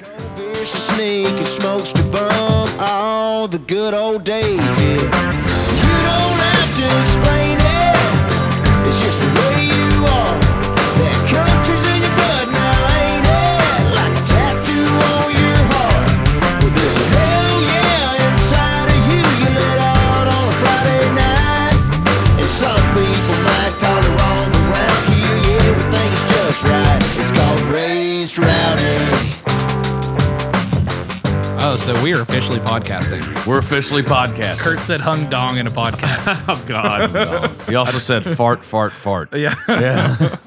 push the sneak and smokes the bum. All the good old days, yeah. You don't have to explain it. It's just the way you are. That country's in your blood now, ain't it? Like a tattoo on your heart. Well, there's a hell yeah inside of you. You let out on a Friday night. And some people might call it wrong around here. Yeah, everything's just right. It's called raised rowdy. Oh, so we are officially podcasting. We're officially podcasting. Kurt said hung dong in a podcast. Oh God. He also said fart, fart, fart. Yeah.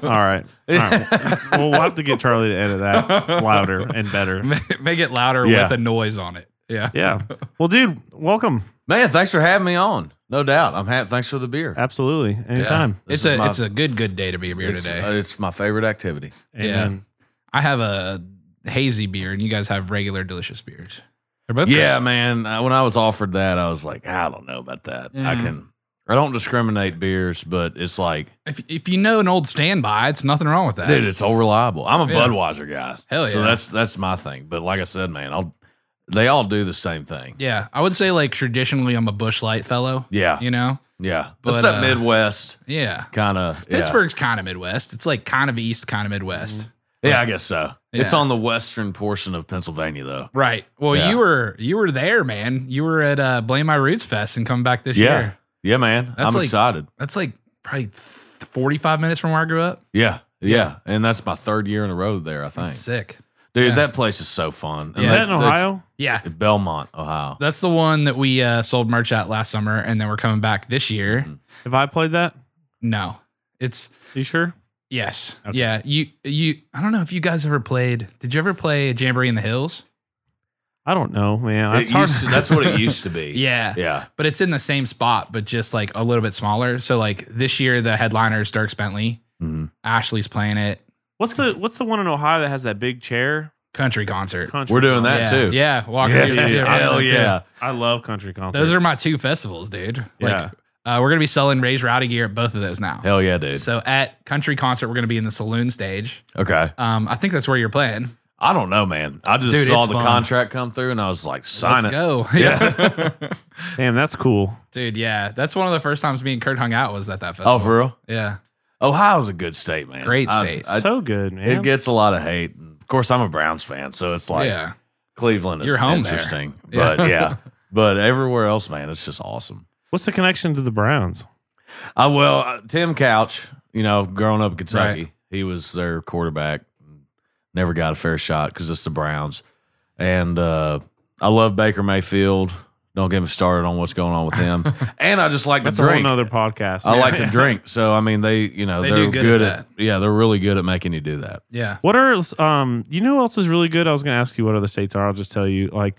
All right. All right. Well, we'll have to get Charlie to edit that louder and better. Make it louder Yeah. with a noise on it. Yeah. Yeah. Well, dude, welcome. Man, thanks for having me on. No doubt. I'm happy. Thanks for the beer. Absolutely. Anytime. It's is a my- it's a good good day to be here It's, today. uh, it's my favorite activity. yeah. Amen. I have a hazy beer and you guys have regular delicious beers. They're both Yeah, man. I, when I was offered that, I was like, I don't know about that. I Mm. can. I don't discriminate beers, but it's like, great. If if you know an old standby, it's nothing wrong with that. dude, it's all reliable. I'm a Yeah. Budweiser guy. Hell So yeah. that's that's my thing. But like I said, man, I'll. They all do the same thing. yeah. I would say like traditionally I'm a bush light fellow. Yeah. You know? Yeah. But, it's that uh, Midwest Yeah. kind of. Pittsburgh's kind of Midwest. It's like kind of East, kind of Midwest. Yeah, I guess so. It's Yeah. on the western portion of Pennsylvania, though. Right. Well, Yeah. you were you were there, man. You were at uh, Blame My Roots Fest and coming back this Yeah. year. Yeah, man. That's I'm like- excited. That's like probably th- 45 minutes from where I grew up. Yeah, yeah. And that's my third year in a row there, I think. That's sick. Dude, yeah. that place is so fun. And Yeah. Is that in they- Ohio? Yeah. they- Belmont, Ohio. That's the one that we uh, sold merch at last summer and then we're coming back this year. Mhm. Have I played that? No. It's You sure? yes. Okay. Yeah. You you I don't know if you guys ever played. Did you ever play Jamboree in the Hills? I don't know, man. That's It hard. used to- that's what it used to be. Yeah. Yeah. But it's in the same spot, but just like a little bit smaller. So like this year the headliner is Dirk Bentley. Mhm. Ashley's playing it. What's the What's the one in Ohio that has that big chair? Country concert. Country. We're doing yeah, that too. Yeah, Walker. Yeah, You're- you're right Hell there, too. yeah. I love country concert. Those are my two festivals, dude. Yeah. Like, uh, we're gonna be selling Raise Rowdy gear at both of those now. Hell yeah, dude. So at country concert, we're gonna be in the saloon stage. Okay. Um, I think that's where you're playing. I don't know, man. I just Dude, saw it's the fun. contract come through and I was like, sign Let's it. go, Yeah. damn. That's cool. dude. Yeah, that's one of the first times me and Kurt hung out was at that festival. oh, for real? yeah, Ohio's a good state, man. Great I- state. I- so good, man. it gets a lot of hate. Of course, I'm a Browns fan, so it's like yeah. Cleveland is You're home there. interesting. Yeah. But yeah. But everywhere else, man, it's just awesome. What's the connection to the Browns? I well, uh, Tim Couch, you know, growing up in Kentucky, he was their quarterback. Never got a fair shot because it's the Browns. And uh, I love Baker Mayfield. Don't get me started on what's going on with him. and I just like That's to a whole drink. nother podcast. I like to drink. So I mean, they you know They are do good, good at at, yeah, they're really good at making you do that. Yeah, What are um? You know, what else is really good. I was going to ask you what other states are. I'll just tell you, like,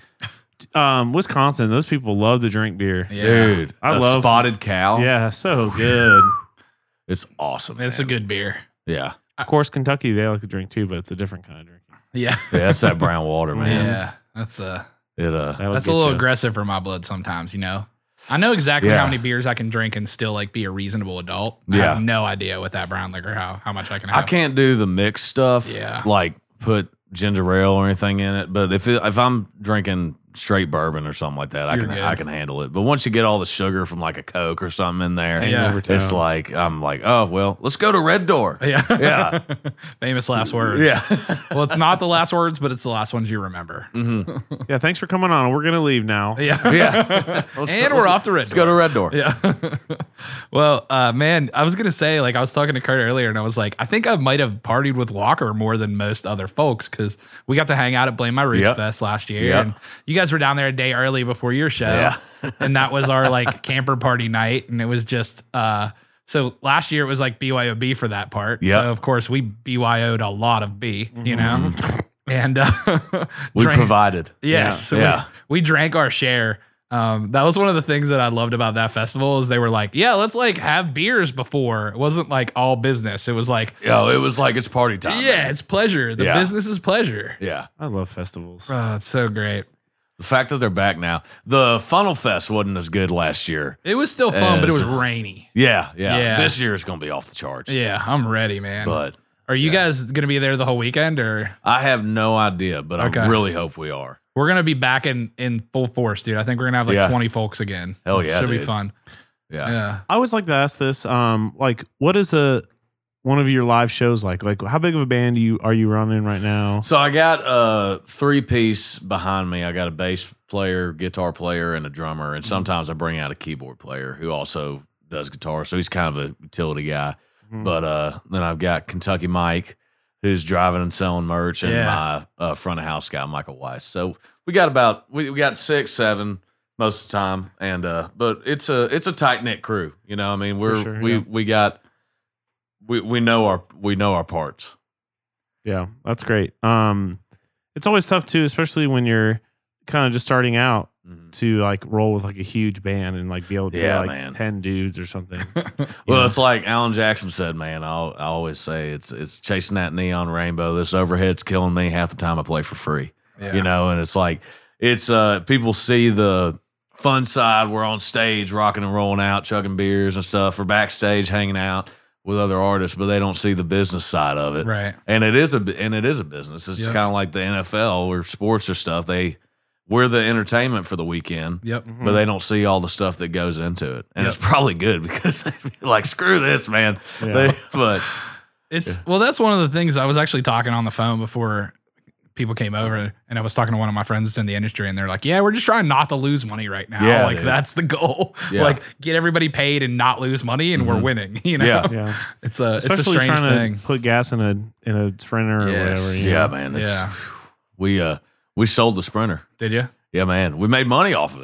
um, Wisconsin. Those people love to drink beer. yeah, Dude, I the love- spotted cow. Yeah, so good. it's awesome. It's a man. good beer. yeah, of course, Kentucky they like to drink too, but it's a different kind of drinking. Yeah, yeah. That's that brown water, man. yeah. That's uh, It uh, That'll that's a get little ya. aggressive for my blood sometimes. You know, I know exactly Yeah. how many beers I can drink and still like be a reasonable adult. I Yeah. have no idea with that brown liquor how how much I can. I Have. can't do the mixed stuff. Yeah. like put ginger ale or anything in it. But if it, if I'm drinking straight bourbon or something like that, I You're can good. I can handle it. But once you get all the sugar from like a Coke or something in there, Yeah. Hangover town. it's like I'm like, oh well, let's go to Red Door. Yeah. Yeah. Famous last words. Yeah, Well, it's not the last words, but it's the last ones you remember. Mhm. yeah. Thanks for coming on. We're gonna leave now. Yeah. yeah. Let's And go- we're let's- off to Red Let's go to Red Door. Yeah. well, uh, man, I was gonna say, like, I was talking to Kurt earlier, and I was like, I think I might have partied with Walker more than most other folks because we got to hang out at Blame My Roots Yep. Fest last year, Yep. and you guys were down there a day early before your show, Yeah. and that was our like camper party night, and it was just. uh so last year it was like BYOB for that part. Yep. So of course we BYO'd a lot of B, you know, and uh, Mm-hmm. We drank- provided. Yes. Yeah. We- Yeah. We, drank our share. Um, that was one of the things that I loved about that festival is they were like, yeah, let's like have beers before. It wasn't like all business. It was like, Yo, it was like it's party time. yeah, it's pleasure. The Yeah. business is pleasure. Yeah. I love festivals. Oh, it's so great. The fact that they're back now. The Funnel Fest wasn't as good last year. It was still fun, but it was As- rainy. Yeah, yeah. Yeah. This year is going to be off the charts. Yeah, I'm ready, man. But Are you guys going to be there the whole weekend or? I have no idea, but I Okay. really hope we are. We're going to be back in, in full force, dude. I think we're going to have like Yeah. 20 folks again. Hell yeah, Should be dude. fun. Yeah. Yeah. I always like to ask this. Um, like, what is a one of your live shows like? Like, how big of a band you are you running right now? So I got a three piece behind me. I got a bass player, guitar player, and a drummer. And sometimes I bring out a keyboard player who also does guitar. So he's kind of a utility guy. Mhm. But uh, then I've got Kentucky Mike, who's driving and selling merch, and Yeah. my uh, front of house guy, Michael Weiss. So we got about we, we got six, seven most of the time, and uh, but it's a it's a tight knit crew. You know, I mean, we're sure, we yeah. we got we we know our we know our parts. Yeah, that's great. Um, it's always tough too, especially when you're kind of just starting out to like roll with like a huge band and like be able to Yeah, be like man. ten dudes or something. Well, Yeah. it's like Alan Jackson said, man. I'll, I always say it's it's chasing that neon rainbow. This overhead's killing me. Half the time I play for free, Yeah. you know. And it's like it's uh people see the fun side. We're on stage, rocking and rolling out, chugging beers and stuff. We're backstage hanging out with other artists, but they don't see the business side of it. Right. And it is a bu- and it is a business. It's Yeah. kind of like the NFL or sports or stuff. They we're the entertainment for the weekend Yep. but they don't see all the stuff that goes into it. And Yep. it's probably good because they'd be like, screw this, man. Yeah. They- but It's well, that's one of the things I was actually talking on the phone before people came over, and I was talking to one of my friends that's in the industry, and they're like, "Yeah, we're just trying not to lose money right now. Yeah, like dude. that's the goal. Yeah. Like get everybody paid and not lose money, and we're Mhm. winning. You know, Yeah. yeah, it's a it's a especially strange trying thing. to put gas in a in a sprinter or Yes. whatever. you yeah, know? man. It's, Yeah. We uh we sold the sprinter. Did you? Yeah, man. We made money off of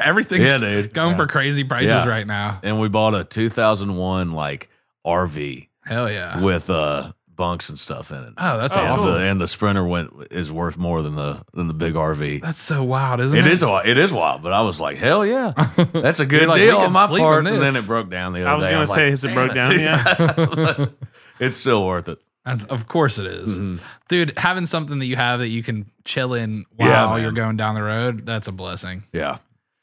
Everything's Yeah, dude. going Yeah. for crazy prices Yeah. right now. And we bought a two thousand one like RV Hell yeah. with uh bunks and stuff in it. oh, that's Oh, and, awesome. the, and the sprinter went is worth more than the than the big RV. That's so wild, isn't it? It is wild. It is wild, but I was like, hell yeah, that's a good like, we deal on could my sleep in part. And then this. it broke down the other I was day. gonna I'm say, like, has it "Damn broke down yet?" it's still worth it. That's- Of course it is. Mhm. Dude, having something that you have that you can chill in Yeah, while man. you're going down the road, that's a blessing. Yeah.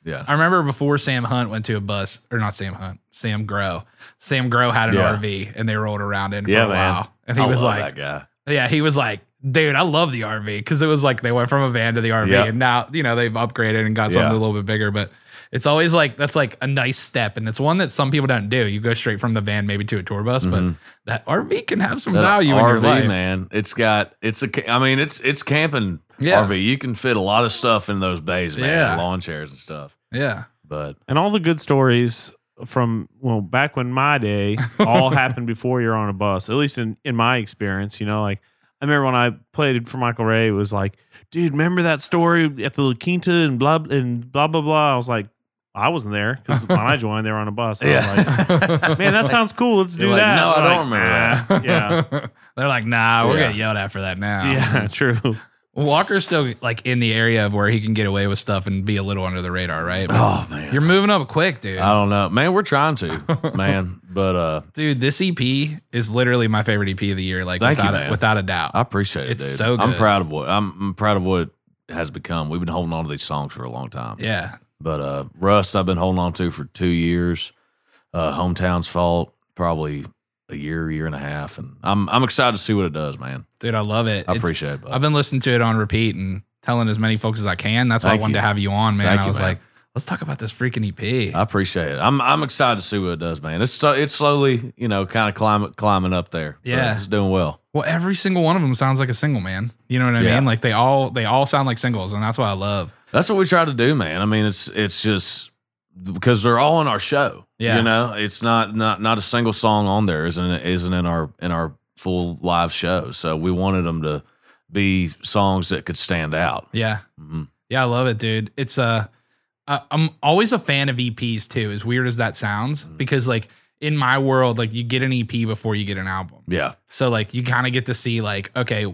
Yeah. I remember before Sam Hunt went to a bus, or not Sam Hunt, Sam Grow. Sam Grow had an Yeah. RV and they rolled around in for Yeah, a man. while. And he was like, that guy. Yeah, he was like, Dude, I love the RV because it was like they went from a van to the RV Yeah. and now, you know, they've upgraded and got Yeah. something a little bit bigger. But it's always like, that's like a nice step. And it's one that some people don't do. You go straight from the van maybe to a tour bus, Mhm. but that RV can have some That value in your RV, life. man. It's got, it's a, ca- I mean, it's, it's camping Yeah. RV. You can fit a lot of stuff in those bays, man. Yeah. Lawn chairs and stuff. Yeah. But and all the good stories from well back when my day all happened before you're on a bus at least in in my experience you know like i remember when i played for michael ray it was like dude remember that story at the la quinta and blah and blah blah blah i was like i wasn't there because when i joined they were on a bus I Yeah. was like man that sounds cool let's do You're like, that "No, I They're don't remember "Ah, yeah They're like, nah, we're Yeah. getting yelled at for that now. yeah true Walker's still like in the area of where he can get away with stuff and be a little under the radar, right? But oh man, You're moving up quick, dude. I don't know, man. We're trying to, man. But uh, dude, this EP is literally my favorite EP of the year, like Thank you, without, a, man. Oh. without a doubt. I appreciate it. It's dude. so I'm good. proud of what I'm, I'm proud of what it has become. We've been holding on to these songs for a long time. yeah. But uh, Rust, I've been holding on to for two years. Uh, Hometown's Fault, probably a year, year and a half, and I'm I'm excited to see what it does, man. Dude, I love it. I It's- appreciate it. bud. I've been listening to it on repeat and telling as many folks as I can. That's why Thank I wanted to you. have you on, man. Thank I you, was man. like, let's talk about this freaking E EP. I appreciate it. I'm I'm excited to see what it does, man. It's so- it's slowly, you know, kind of climbing climbing up there. but Yeah. it's doing well. Well, every single one of them sounds like a single, man. You know what I Yeah. mean? Like they all they all sound like singles, and that's what I love. That's what we try to do, man. I mean, it's it's just because they're all in our show. Yeah. you know, it's not not not a single song on there isn't isn't in our in our full live show. So we wanted them to be songs that could stand out. Yeah, Mhm. yeah, I love it, dude. It's uh, I, I'm always a fan of EPs too. As weird as that sounds, Mm-hmm. because like in my world, like you get an EP before you get an album. Yeah. So like you kind of get to see like okay,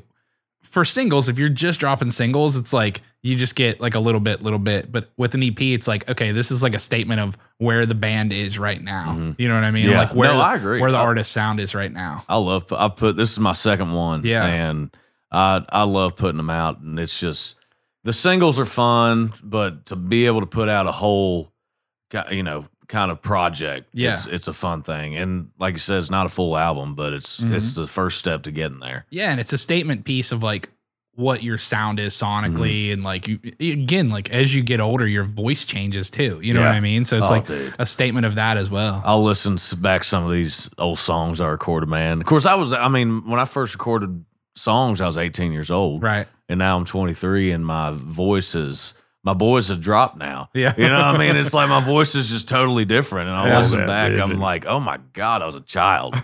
for singles, if you're just dropping singles, it's like you just get like a little bit, little bit. But with an EP, it's like okay, this is like a statement of where the band is right now. Mhm. You know what I mean? Yeah. Like where No, I agree. where the I- artist sound is right now. I love. I put this is my second one. Yeah. and I I love putting them out, and it's just the singles are fun, but to be able to put out a whole, ca- you know, kind of project. Yeah. It's, it's a fun thing. And like you said, it's not a full album, but it's Mm-hmm. it's the first step to getting there. Yeah, and it's a statement piece of like what your sound is sonically, Mm-hmm. and like you again, like as you get older, your voice changes too. You know Yeah. what I mean? So it's Oh, like dude. a statement of that as well. I'll listen s- back some of these old songs I recorded, man. Of course, I was, I mean, when I first recorded songs, I was 18 years old. right? and now I'm 23 and my voice is my boys have dropped now. Yeah. You know what I mean? It's like my voice is just totally different. And I Yeah. listen Yeah. back, I'm Different. like, oh my God, I was a child.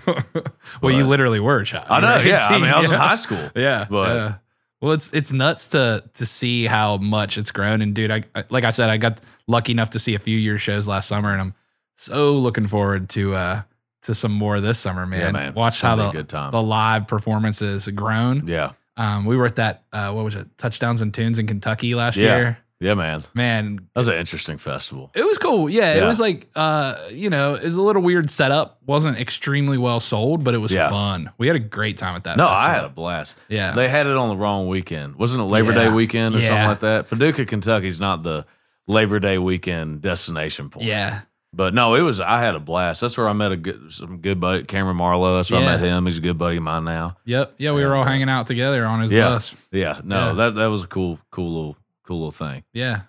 Well, you But- literally were a child. I know. right? Yeah. I mean, I was in Yeah. high school. Yeah, But- yeah. well, it's it's nuts to to see how much it's grown. And dude, I, I like I said, I got lucky enough to see a few of your shows last summer, and I'm so looking forward to uh to some more this summer, man. Yeah, man. Watch It's how gonna be the a good time. the live performances have grown. Yeah. Um, we were at that uh, what was it, touchdowns and tunes in Kentucky last Yeah. year. Yeah, man. Man, That was an interesting festival. it was cool. Yeah, it Yeah. was like uh, you know, it was a little weird setup. wasn't extremely well sold, but it was Yeah. fun. We had a great time at that. No, I festival. had a blast. yeah. They had it on the wrong weekend. Wasn't it Labor Yeah. Day weekend or something Yeah. like that? Paducah, Kentucky's not the Labor Day weekend destination point. yeah. But no, it was. I had a blast. That's where I met a good, some good buddy, Cameron Marlowe. That's where Yeah. I met him. He's a good buddy of mine now. Yep. Yeah, we were all And, uh, hanging out together on his yeah. bus. Yeah, no, Yeah. that that was a cool, cool little, cool little thing. Yeah.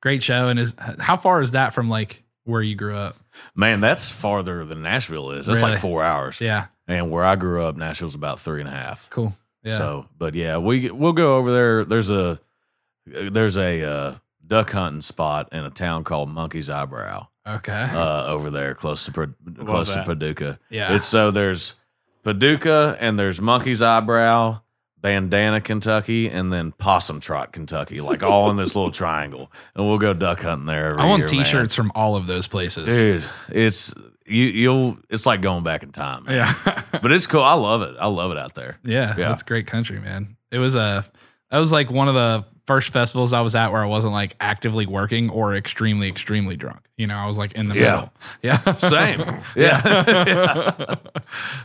Great show. And is how far is that from like where you grew up? Man, that's farther than Nashville is. That's Really? like four hours. Yeah. And where I grew up, Nashville's about three and a half. Cool. Yeah. So, but yeah, we we'll go over there. There's a there's a uh, duck hunting spot in a town called Monkey's Eyebrow okay. uh, over there, close to Pad- close to that. Paducah. yeah. It's so there's Paducah and there's Monkey's Eyebrow, Bandana, Kentucky, and then Possum Trot, Kentucky, like all in this little triangle. And we'll go duck hunting there. Every I want year, man. t-shirts from all of those places. dude. It's you. You'll. It's like going back in time. man. Yeah. but it's cool. I love it. I love it out there. yeah. Yeah. That's great country, man. It was a that was like one of the first festivals I was at where I wasn't like actively working or extremely, extremely drunk. You know, I was like in the Yeah. middle. Yeah. Same. yeah.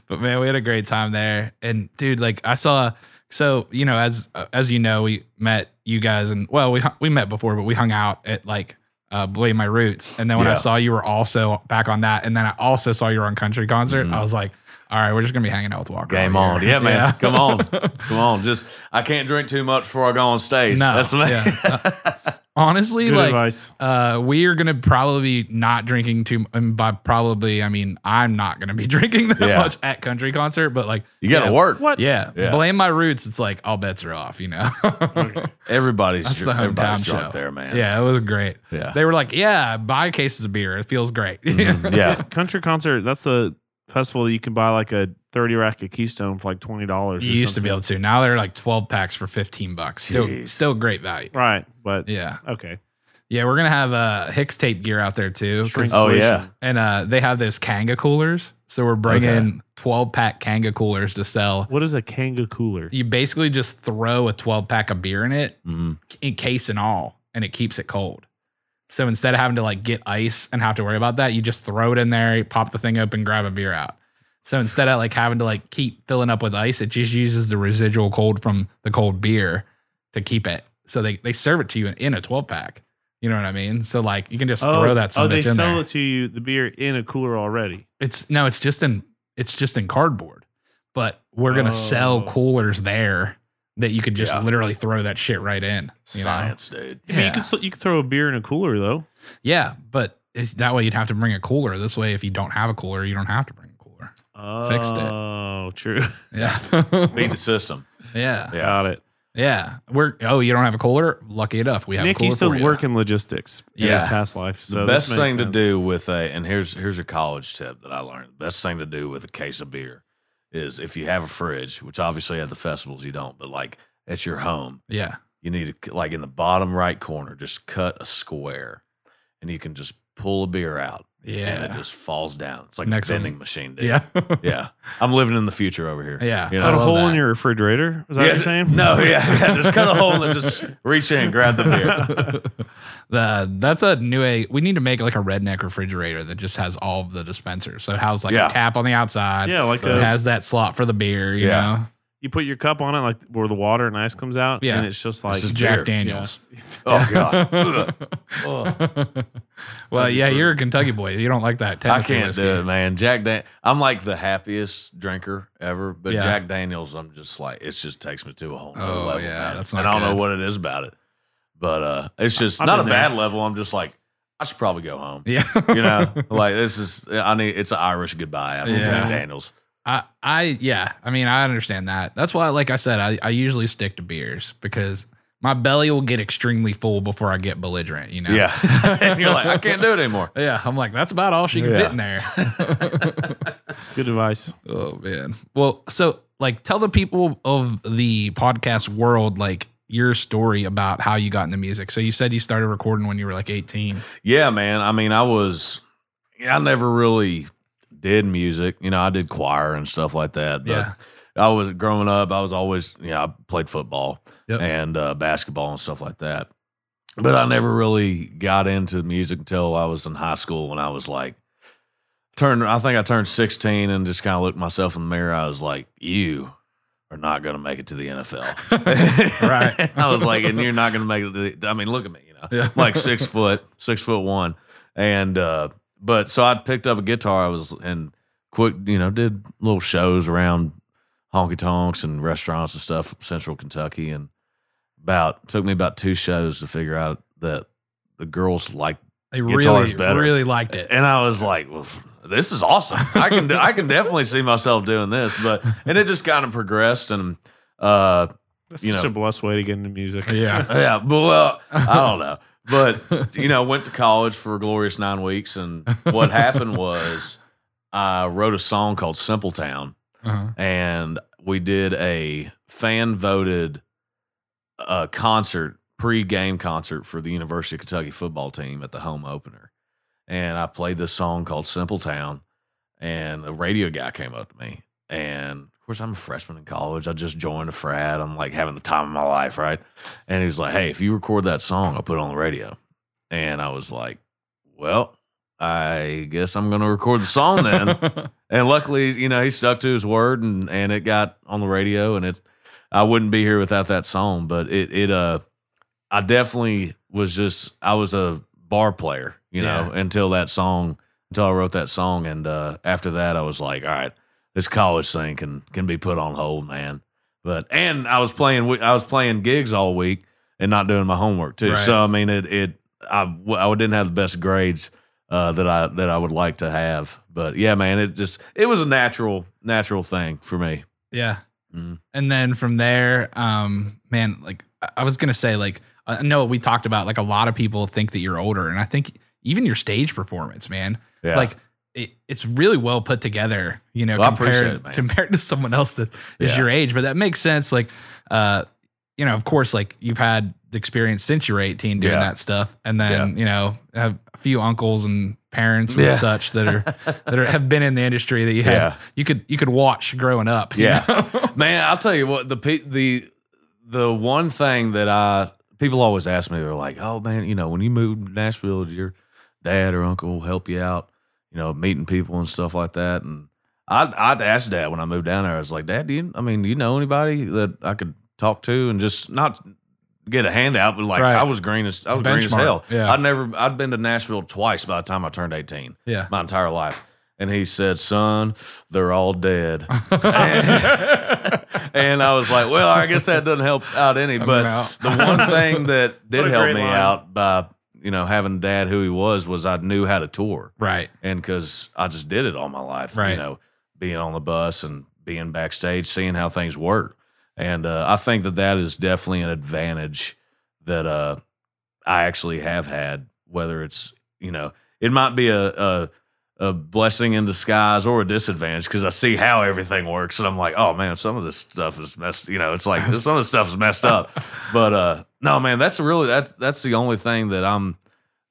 but man, we had a great time there. And dude, like I saw, so you know, as uh, as you know, we met you guys, and well, we hu- we met before, but we hung out at like uh, Blade My Roots, and then when I Yeah. saw you were also back on that, and then I also saw you were on Country Concert, I was like, all right, we're just gonna be hanging out with Walker. Mm-hmm. Game all on. year. Yeah, man. Come on. Come on. Just I can't drink too much before I go on stage. No, That's what yeah. Uh, honestly, Good like advice. uh, we are gonna probably be not drinking too. And by probably, I mean I'm not gonna be drinking that Yeah. much at country concert. But like, you got to yeah. work. What? Yeah. Yeah. Blame my roots. It's like all bets are off, you know? Oh, Everybody's That's That's the hometown everybody's drunk show. there, man. yeah, it was great. Yeah. They were like, yeah, buy cases of beer. It feels great. Mm-hmm. yeah. Country concert. That's the festival that you can buy like a thirty rack of Keystone for like twenty dollars. you used to be able to. Now they're like 12 packs for 15 bucks. Still, Jeez. still great value. Right, but Yeah. okay. Yeah. We're going to have uh, Hicks tape gear out there too. 'cause- Shrink Oh solution. yeah. And uh, they have those Kanga coolers. So we're bringing Okay. 12 pack Kanga coolers to sell. What is a Kanga cooler? You basically just throw a 12 pack of beer in it Mhm. in case and all, and it keeps it cold. So instead of having to like get ice and have to worry about that, you just throw it in there, you pop the thing open, grab a beer out. So instead of like having to like keep filling up with ice, it just uses the residual cold from the cold beer to keep it. So they, they serve it to you in, in a 12 pack. You know what I mean? So like you can just throw that Oh, some they bitch in sell there. it to you the beer in a cooler already. It's no, it's just in it's just in cardboard. But we're gonna Oh. sell coolers there that you could just Yeah. literally throw that shit right in. you know? Science, dude. I mean, you Yeah. could s- you could throw a beer in a cooler though. Yeah, but it's, that way you'd have to bring a cooler. This way, if you don't have a cooler, you don't have to bring a cooler. Oh, Fixed it. Oh, true. Beat Yeah, the system. yeah, Yeah. Got it. yeah. We're oh, you don't have a cooler? Lucky enough, we have a Nick cooler used to for you. work in logistics in his Yeah. past life. the So this best makes thing to sense. do with a and here's here's a college tip that I learned. The best thing to do with a case of beer is if you have a fridge, which obviously at the festivals you don't, but like at your home, yeah, you need to like in the bottom right corner, just cut a square, and you can just pull a beer out, and it yeah, just falls down. It's like Next a one. vending machine, dude. yeah, yeah. I'm living in the future over here. Yeah. you I Cut a know. love hole in that. your refrigerator. Is that what Yeah, you're saying? No, yeah, yeah, just cut a hole and just reach in, grab the beer. The- that's a new a. We need to make like a redneck refrigerator that just has all of the dispensers. So it has like Yeah. a tap on the outside. Yeah, like it a has that slot for the beer. You Yeah. know. you put your cup on it, like where the water and ice comes out, Yeah. and it's just like is Jack beer. Daniels. Oh god, well, yeah, you're a Kentucky boy. You don't like that. I Tennessee can't whiskey. do it, man. Jack Dan, I'm like the happiest drinker ever, but Yeah. Jack Daniels, I'm just like it just takes me to a whole nother Oh, level. yeah, man. that's and not I don't good. know what it is about it, but uh, it's just I've not a been there. bad level. I'm just like I should probably go home. Yeah, You know, like this is I need it's an Irish goodbye after Yeah. Jack Daniels. I, I, yeah. I mean, I understand that. That's why, like I said, I, I usually stick to beers because my belly will get extremely full before I get belligerent. You know. Yeah, and you're like I can't do it anymore. Yeah, I'm like that's about all she can fit Yeah. in there. good advice. Oh man. Well, so like tell the people of the podcast world like your story about how you got into music. So you said you started recording when you were like 18. Yeah, man. I mean, I was, I never really did music. You know, I did choir and stuff like that. But Yeah. I was growing up, I was always, you know, I played football Yep. and uh, basketball and stuff like that. But I never really got into music until I was in high school when I was like, turned, I think I turned 16 and just kind of looked myself in the mirror. I was like, you are not going to make it to the NFL. Right. I was like, and you're not going to make it to the, I mean, look at me, you know. Yeah. I'm like six foot, six foot one. And uh but so I picked up a guitar. I was and quick, you know, did little shows around honky tonks and restaurants and stuff, central Kentucky, and about took me about two shows to figure out that the girls liked I Guitar's really better. really liked it. and I was like, well, f- this is awesome. I can I can definitely see myself doing this. But and it just kind of progressed and uh That's You such know. a blessed way to get into music. Yeah. yeah, but well, I don't know. But you know, went to college for a glorious nine weeks, and what happened was I wrote a song called "Simple Town," Uh-huh. and we did a fan voted uh, concert pre-game concert for the University of Kentucky football team at the home opener, and I played this song called "Simple Town," and a radio guy came up to me, and of course I'm a freshman in college. I just joined a frat. I'm like having the time of my life, right? And he was like, "Hey, if you record that song, I'll put it on the radio," and I was like, "Well." I guess I'm going to record the song then. And luckily, you know, he stuck to his word and and it got on the radio and it I wouldn't be here without that song, but it it uh I definitely was just I was a bar player, you know, until that song until I wrote that song and uh after that I was like, all right, this college thing can can be put on hold, man. But and I was playing we- I was playing gigs all week and not doing my homework too. Right. So I mean it it I w- I didn't have the best grades uh, that I that I would like to have. But yeah, man, it just it was a natural natural thing for me. Yeah. Mm. And then from there, um, man, like I- I was gonna say, like I know we talked about, like a lot of people think that you're older, and I think even your stage performance, man, Yeah, like it, it's really well put together, you know, Well, I appreciate compared it, man. compared to someone else that is Yeah. your age. But that makes sense. Like, uh, you know, of course, like you've had the experience since you were 18 doing Yeah. that stuff. And then, you know, have a few uncles and parents and Yeah. such that are that are, have been in the industry that you had Yeah. you could you could watch growing up. you Yeah. know? man, I'll tell you what the pe- the the one thing that I people always ask me, they're like, oh man, you know, when you moved to Nashville, did your dad or uncle help you out, you know, meeting people and stuff like that, and. I'd, I'd ask dad when I moved down there. I was like, Dad, do you, I mean, do you know anybody that I could talk to and just not get a handout? But like, Right. I was green as I was green as Benchmark, hell. yeah. I'd never, I'd been to Nashville twice by the time I turned 18. Yeah. my entire life. And he said, "Son, they're all dead." and, and I was like, "Well, I guess that doesn't help out any." I'm But out. the one thing that What did a help great me line. out by you know having dad who he was was I knew how to tour, Right. and because I just did it all my life, Right. you know, being on the bus and being backstage, seeing how things work, and uh, I think that that is definitely an advantage that uh, I actually have had. Whether it's you know, it might be a a, a blessing in disguise or a disadvantage because I see how everything works, and I'm like, oh man, some of this stuff is messed. You know, it's like some of this stuff is messed up. But uh, no, man, that's really that's that's the only thing that I'm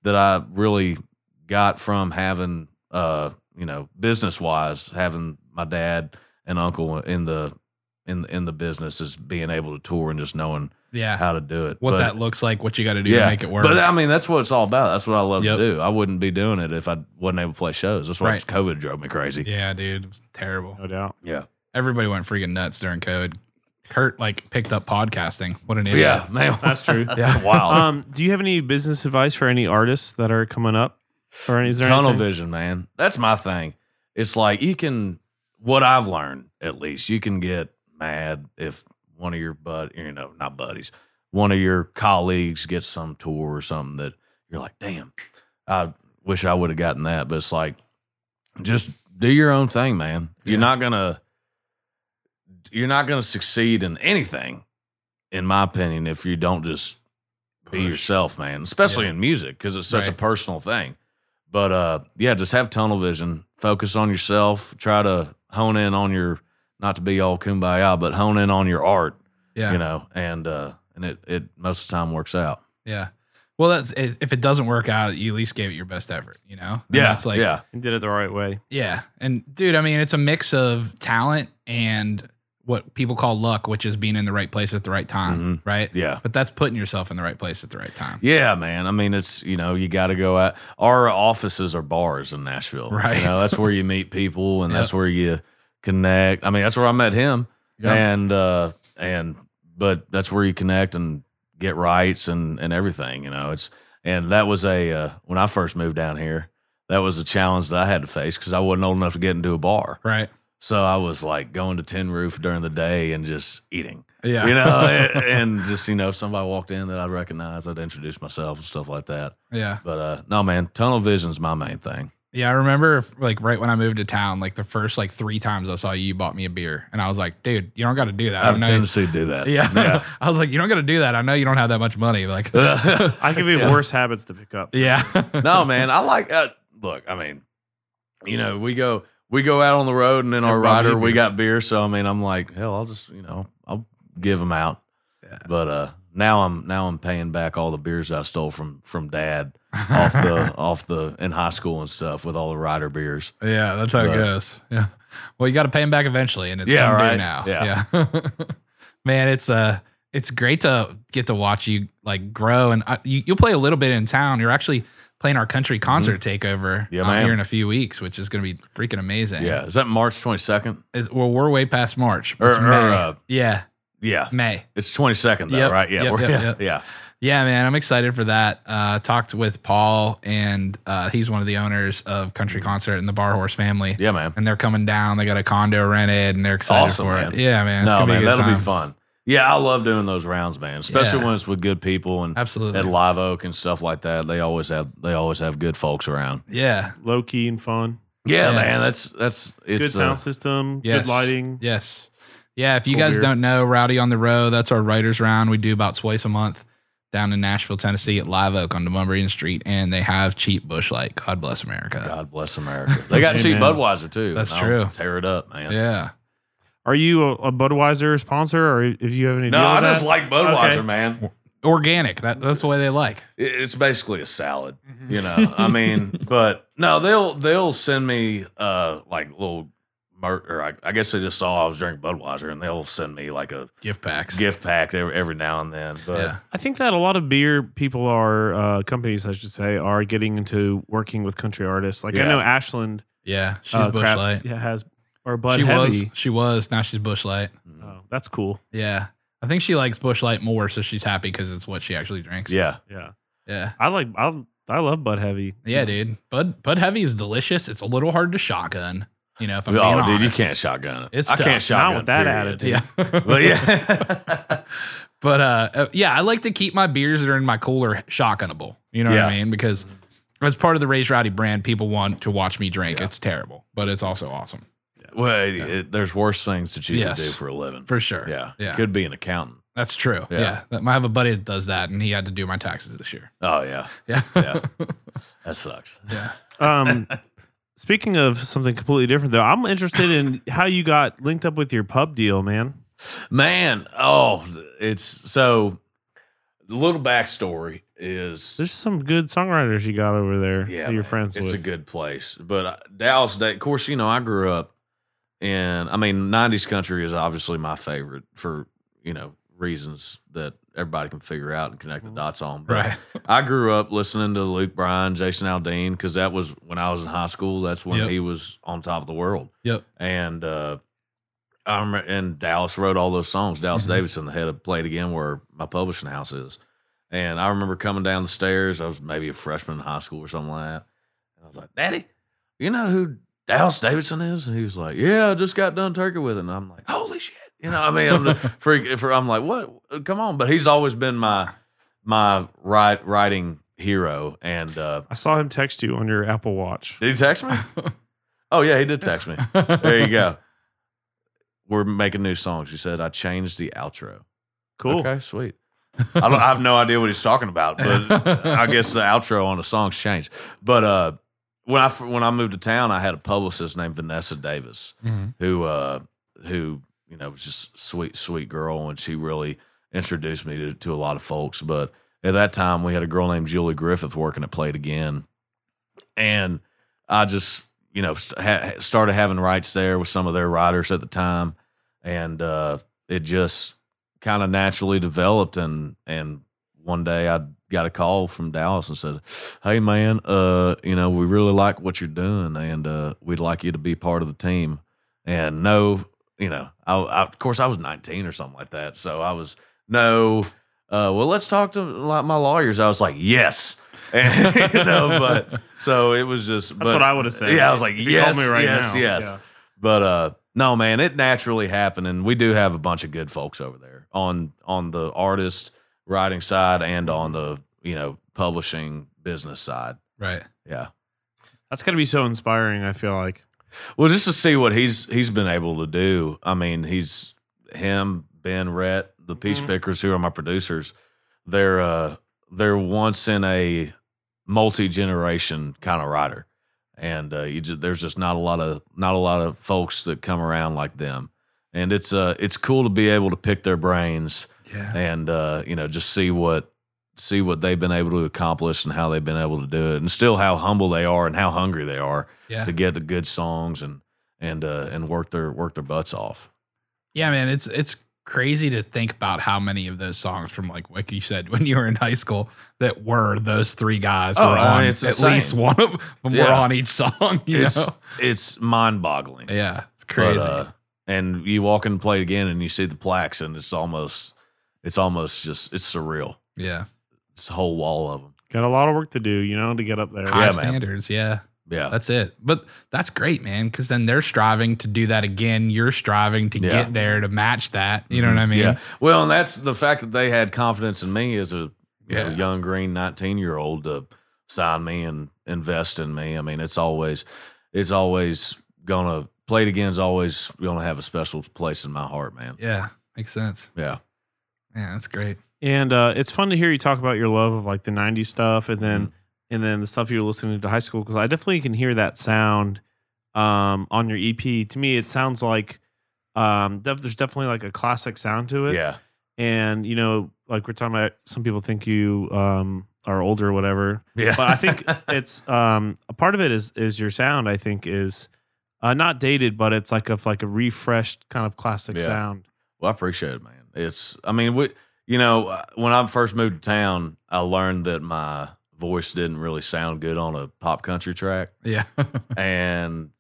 that I really got from having uh you know business wise having my dad and uncle in the in in the business is being able to tour and just knowing Yeah. how to do it what But- that looks like, what you got to do to make it work. but uh, I mean, that's what it's all about. That's what I love Yep. to do. I wouldn't be doing it if I wasn't able to play shows. That's why Right. COVID drove me crazy. yeah, dude, it was terrible. No doubt. Yeah. Everybody went freaking nuts during COVID. Kurt like picked up podcasting. What an idiot. Yeah, man, That's true. yeah, wow. Um, do you have any business advice for any artists that are coming up? Or any- is there Tunnel anything? vision, man. That's my thing. It's like you can, what I've learned at least, you can get mad if one of your bud, you know, not buddies, one of your colleagues gets some tour or something that you're like, damn, I wish I would have gotten that. But it's like, just do your own thing, man. You're Yeah. not gonna, you're not gonna succeed in anything, in my opinion, if you don't just be yourself, man. Especially Yeah. in music because it's such a Right. personal thing. But uh, yeah, just have tunnel vision. Focus on yourself. Try to hone in on your not to be all kumbaya, but hone in on your art. Yeah. You know, and uh, and it it most of the time works out. Yeah. Well, that's i- if it doesn't work out, you at least gave it your best effort, you know? And yeah, That's like, yeah, And did it the right way. Yeah. And dude, I mean, it's a mix of talent and what people call luck, which is being in the right place at the right time, Mm-hmm. right? yeah. But that's putting yourself in the right place at the right time. Yeah, man. I mean, it's you know, you got to go out. Our offices are bars in Nashville, Right. You know, that's where you meet people, and Yep. that's where you connect. I mean, that's where I met him, Yeah. and uh, and but that's where you connect and get rights and and everything. You know, it's and that was a uh, when I first moved down here, that was a challenge that I had to face because I wasn't old enough to get into a bar. Right. So I was like going to Tin Roof during the day and just eating Yeah. you know, and, and just you know, if somebody walked in that I'd recognize, I'd introduce myself and stuff like that. Yeah. But uh, no, man, tunnel vision's my main thing. Yeah. I remember like right when I moved to town, like the first like three times I saw you, you bought me a beer. And I was like, dude, you don't got to do that. I have a know. tendency to do that. yeah. I was like, you don't got to do that. I know you don't have that much money. Like, Yeah. I give you worse habits to pick up. yeah. no, man, I like. Uh, look, I mean, you know, we go we go out on the road, and in our Everybody rider need we beer. got beer. So I mean, I'm like, hell, I'll just you know, I'll give them out. Yeah. But uh, now I'm now I'm paying back all the beers I stole from from dad off the off the in high school and stuff with all the rider beers. Yeah, that's how But- it goes. Yeah. Well, you got to pay him back eventually, and it's Yeah, come due right. now. Yeah. Yeah. Man, it's uh, it's great to get to watch you like grow, and uh, you you'll play a little bit in town. You're actually playing our country concert takeover Mm-hmm. Yeah, uh, ma'am. here in a few weeks, which is going to be freaking amazing. Yeah, is that March 22nd? It's, well, we're way past March. Or- It's or, May. uh, yeah, Yeah, May. it's 22nd though, Yep, right? Yeah, yep, we're- yep, yeah, yep. yeah. Yeah, man, I'm excited for that. Uh, talked with Paul, and uh, he's one of the owners of Country Concert and the Bar Horse family. Yeah, man. and they're coming down. They got a condo rented, and they're excited Awesome, for man. it. Yeah, man, it's no, gonna man, be a good that'll time. be fun. Yeah, I love doing those rounds, man. Especially Yeah. when it's with good people and Absolutely. at Live Oak and stuff like that. They always have they always have good folks around. Yeah, Low key and fun. Yeah, Yeah. man. That's that's it's Good uh, sound system. yes, Good lighting. Yes, yeah. If you Cool guys beer. don't know, Rowdy on the Row, that's our writers round. We do about twice a month down in Nashville, Tennessee, at Live Oak on Demumbrian Street, and they have cheap bushlight. God bless America. God bless America. They got cheap Amen. Budweiser too. That's I'll true. Tear it up, man. Yeah, Are you a, a Budweiser sponsor, or if you have any? No, deal I with just that? like Budweiser, Okay. man. organic. That, that's the way they like. It- it's basically a salad Mm-hmm. you know i mean but no they'll they'll send me uh like little mer- or I, I guess they just saw i was drinking budweiser and they'll send me like a Gift packs. gift pack every, every now and then but yeah, I think that a lot of beer people are uh, companies, I should say, are getting into working with country artists. Like I Yeah. know Ashland. yeah. She's Oh, uh, crap- bushlight. yeah, has or Bud she Heavy. was. She was. Now she's bushlight. mm, Oh, that's cool. Yeah. I think she likes bushlight more, so she's happy because it's what she actually drinks. yeah Yeah, Yeah. I like. I I love Bud Heavy. Yeah, dude. Bud Bud Heavy is delicious. It's a little hard to shotgun. You know, if I'm oh dude being honest. you can't shotgun it It's i tough. can't Not shotgun with that period. attitude. Yeah. but yeah but uh, uh, yeah, I like to keep my beers that are in my cooler shotgunable. You know what I Yeah. mean? Because as part of the Raised Rowdy brand, people want to watch me drink. It's terrible, but it's also awesome well it, it- there's worse things that you Yes. can do for a living for sure. yeah yeah, could be an accountant that's true. Yeah. Yeah. That- I have a buddy that does that, and he had to do my taxes this year. oh yeah Yeah, yeah that sucks yeah. Um, speaking of something completely different, though, I'm interested in how you got linked up with your pub deal, man. Man, oh, it's so. The little backstory is There's some good songwriters you got over there. yeah, that you're man, friends It's with. a good place, but uh, Dallas. Of course, you know I grew up in. I mean, '90s country is obviously my favorite for you know reasons that everybody can figure out and connect the dots on. But Right. I grew up listening to Luke Bryan, Jason Aldean, because that was when I was in high school. That's when Yep. he was on top of the world. Yep. And uh, um, and Dallas wrote all those songs. Dallas Davidson, the head of Play It Again, where my publishing house is. And I remember coming down the stairs. I was maybe a freshman in high school or something like that. And I was like, Daddy, you know who Dallas Davidson is? And he was like, Yeah, I just got done turkey with it. And I'm like, Holy shit. You know, I mean, I'm, the freak, for, I'm like, What? Come on. But he's always been my my write, writing hero. And uh, I saw him text you on your Apple Watch. did he text me? oh, yeah, he did text me. There you go. We're making new songs. He said, I changed the outro. Cool. Okay, sweet. I, don't, I have no idea what he's talking about, but I guess the outro on the song's changed. But uh, when I f- when I moved to town, I had a publicist named Vanessa Davis, Mhm. who uh, who you know was just sweet sweet girl, and she really introduced me to, to a lot of folks. But at that time, we had a girl named Julie Griffith working at Played Again, and I just you know st- ha- started having rights there with some of their writers at the time, and uh, it just kind of naturally developed and and one day I got a call from Dallas and said, "Hey man, uh, you know, we really like what you're doing and uh we'd like you to be part of the team." And no, you know, I, I of course I was 19 or something like that, so I was no uh well, let's talk to like my lawyers. I was like, "Yes." And, you know, but so it was just That's but- what I would have said. Yeah, I was like, If you "Yes, called me right yes, now." yes." Yeah. But uh no man, it naturally happened and we do have a bunch of good folks over there on on the artist writing side and on the, you know, publishing business side. Right. Yeah. That's gotta be so inspiring, I feel like. Well, just to see what he's he's been able to do. I mean, he's him, Ben Rhett, the Peace Mhm. Pickers, who are my producers. They're uh they're once in a multi generation kind of rider, and uh, you just, there's just not a lot of not a lot of folks that come around like them, and it's uh it's cool to be able to pick their brains Yeah. and uh, you know just see what see what they've been able to accomplish and how they've been able to do it, and still how humble they are and how hungry they are Yeah. to get the good songs and and uh, and work their work their butts off. Yeah, man, it's it's crazy to think about how many of those songs from like like you said when you were in high school that were those three guys Oh, were I on mean, it's at insane. least one of them were Yeah. on each song. You It's uh, know? it's mind boggling. Yeah, it's crazy. and you walk in and play it again, and you see the plaques, and it's almost it's almost just it's surreal. yeah, It's a whole wall of them. Got a lot of work to do, you know, to get up there. high man. standards. Yeah, Yeah, that's it. But that's great, man, because then they're striving to do that again. You're striving to Yeah. get there to match that. You know what I mean? Mm-hmm. Yeah. Well, and that's the fact that they had confidence in me as a you know, Yeah. young green 19 year old to sign me and invest in me. I mean, it's always, it's always gonna play it again is always gonna have a special place in my heart, man. Yeah, makes sense. Yeah. Yeah, that's great. And uh, it's fun to hear you talk about your love of like the '90s stuff, and then Mm-hmm. and then the stuff you were listening to high school. Because I definitely can hear that sound um, on your EP. To me, it sounds like um, def- there's definitely like a classic sound to it. Yeah. And you know, like we're talking about, some people think you um, are older or whatever, Yeah. but I think it's um, a part of it is is your sound. I think is uh, not dated, but it's like a like a refreshed kind of classic Yeah. sound. Well, I appreciate it, man. It's, I mean, we, you know, uh, when I first moved to town, I learned that my voice didn't really sound good on a pop country track. Yeah, and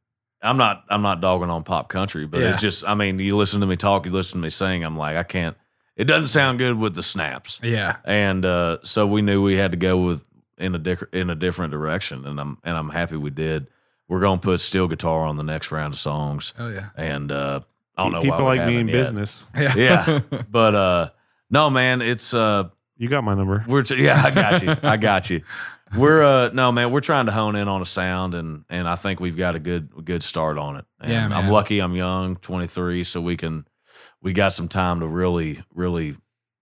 I'm not I'm not dogging on pop country, but Yeah. it's just I mean, you listen to me talk, you listen to me sing, I'm like I can't. It doesn't sound good with the snaps, yeah, and uh, so we knew we had to go with in a dic- in a different direction, and I'm and I'm happy we did. We're gonna put steel guitar on the next round of songs, oh yeah, and uh, I don't know people why we like me haven't in yet. business. yeah, Yeah. but uh, no, man, it's uh, You got my number. we're t- yeah, I got you. I got you. We're uh no man, we're trying to hone in on a sound and and I think we've got a good good start on it. And Yeah, I'm man. lucky I'm young, 23, so we can we got some time to really really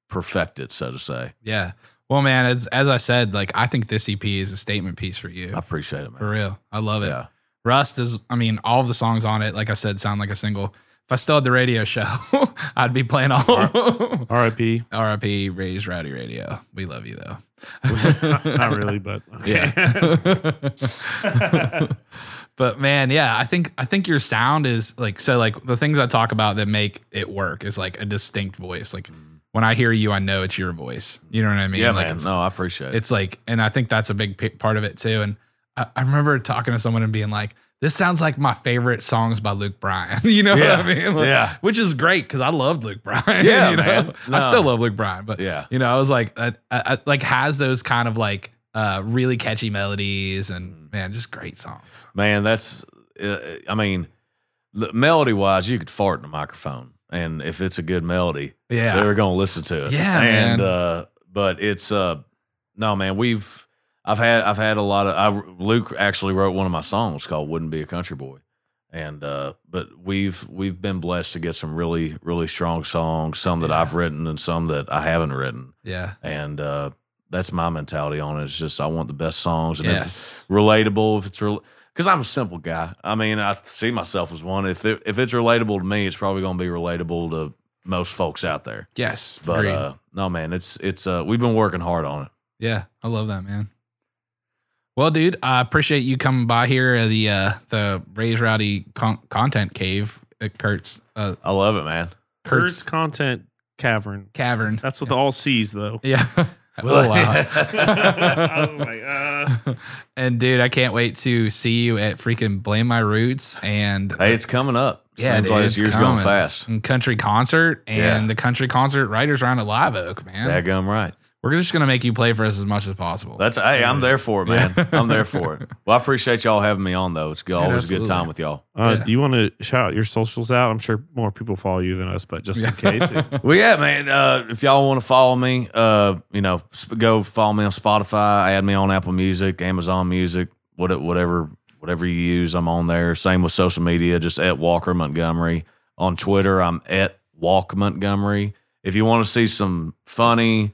perfect it, so to say. Yeah. Well, man, as as I said, like I think this EP is a statement piece for you, I appreciate it, man. for real. I love it. Yeah. Rust is, I mean, all of the songs on it, like I said, sound like a single. If I still had the radio show, I'd be playing all of them. R.I.P. R.I.P. Ray's Rowdy Radio. We love you though. Not really, but Yeah. but man, yeah, I think I think your sound is like so like the things I talk about that make it work is like a distinct voice. Like when I hear you, I know it's your voice. You know what I mean? Mm. yeah, like man. it's No, I appreciate it. it's like and i think that's a big p- part of it too and I, I remember talking to someone and being like this sounds like my favorite songs by Luke Bryan. you know Yeah. what I mean? Like, Yeah. Which is great because I loved Luke Bryan. Yeah, you know? man. I No. still love Luke Bryan, but Yeah. you know, I was like, I, I, I- like has those kind of like uh really catchy melodies Mm. and man, just great songs. Man, that's, uh, I mean, melody wise, you could fart in a microphone. And if it's a good melody, they Yeah, were going to listen to it. Yeah, man. and uh but it's uh no man, we've I've had I've had a lot of I Luke actually wrote one of my songs called "Wouldn't Be a Country Boy." And uh but we've we've been blessed to get some really really strong songs, some that Yeah. I've written and some that I haven't written. yeah, And uh that's my mentality on it. It's just I want the best songs and if yes, relatable if it's real because i'm a simple guy i mean i see myself as one if it, if it's relatable to me it's probably going to be relatable to most folks out there yes, but Agreed. uh no man it's it's uh we've been working hard on it Yeah, I love that, man. Well, dude, I appreciate you coming by here uh, the uh the Raise Rowdy con- content cave at Kurt's uh i love it man Kurt's Kurt's content cavern. cavern. That's with all C's though. Yeah. Well, Oh, wow. I was like, uh, and dude, I can't wait to see you at freaking Blame My Roots and hey it's coming up Yeah, seems dude, like it's this year's coming. going fast and country concert and Yeah. the country concert writers round at Live Oak, man. that gum right We're just gonna make you play for us as much as possible. that's hey i'm there for it man Yeah. i'm there for it well i appreciate y'all having me on though it's good, Dude, always a absolutely. good time with y'all uh, Yeah. Do you want to shout your socials out? I'm sure more people follow you than us, but just in case. Well, yeah, man. Uh, if y'all want to follow me, uh, you know, sp- go follow me on Spotify. Add me on Apple Music, Amazon Music, what, whatever, whatever you use. I'm on there. Same with social media. Just at Walker Montgomery on Twitter. I'm at Walk Montgomery. If you want to see some funny,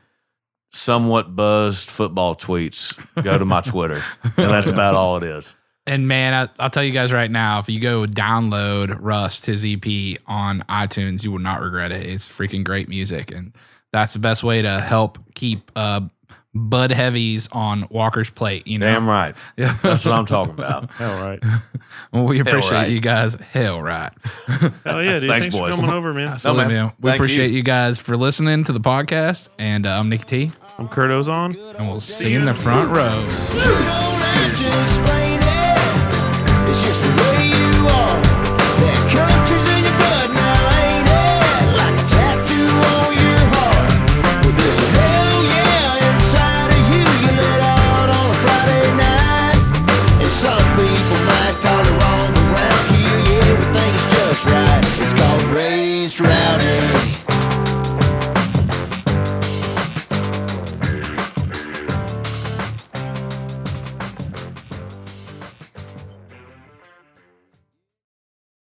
somewhat buzzed football tweets, go to my Twitter, and that's about all it is. And man, I, I'll tell you guys right now, if you go download Rust, his EP on iTunes, you will not regret it. It's freaking great music. And that's the best way to help keep uh, Bud Heavies on Walker's plate, you know? Damn right. Yeah. That's what I'm talking about. All right. well, we appreciate right. you guys. Hell right. Hell yeah, dude. Thanks, Thanks, boys. for coming over, man. Absolutely, man. man. We Thank appreciate you. guys for listening to the podcast. And uh, I'm Nicky T, I'm Kurt Ozon. and we'll see you in the front row. You don't have to explain it. It's just the way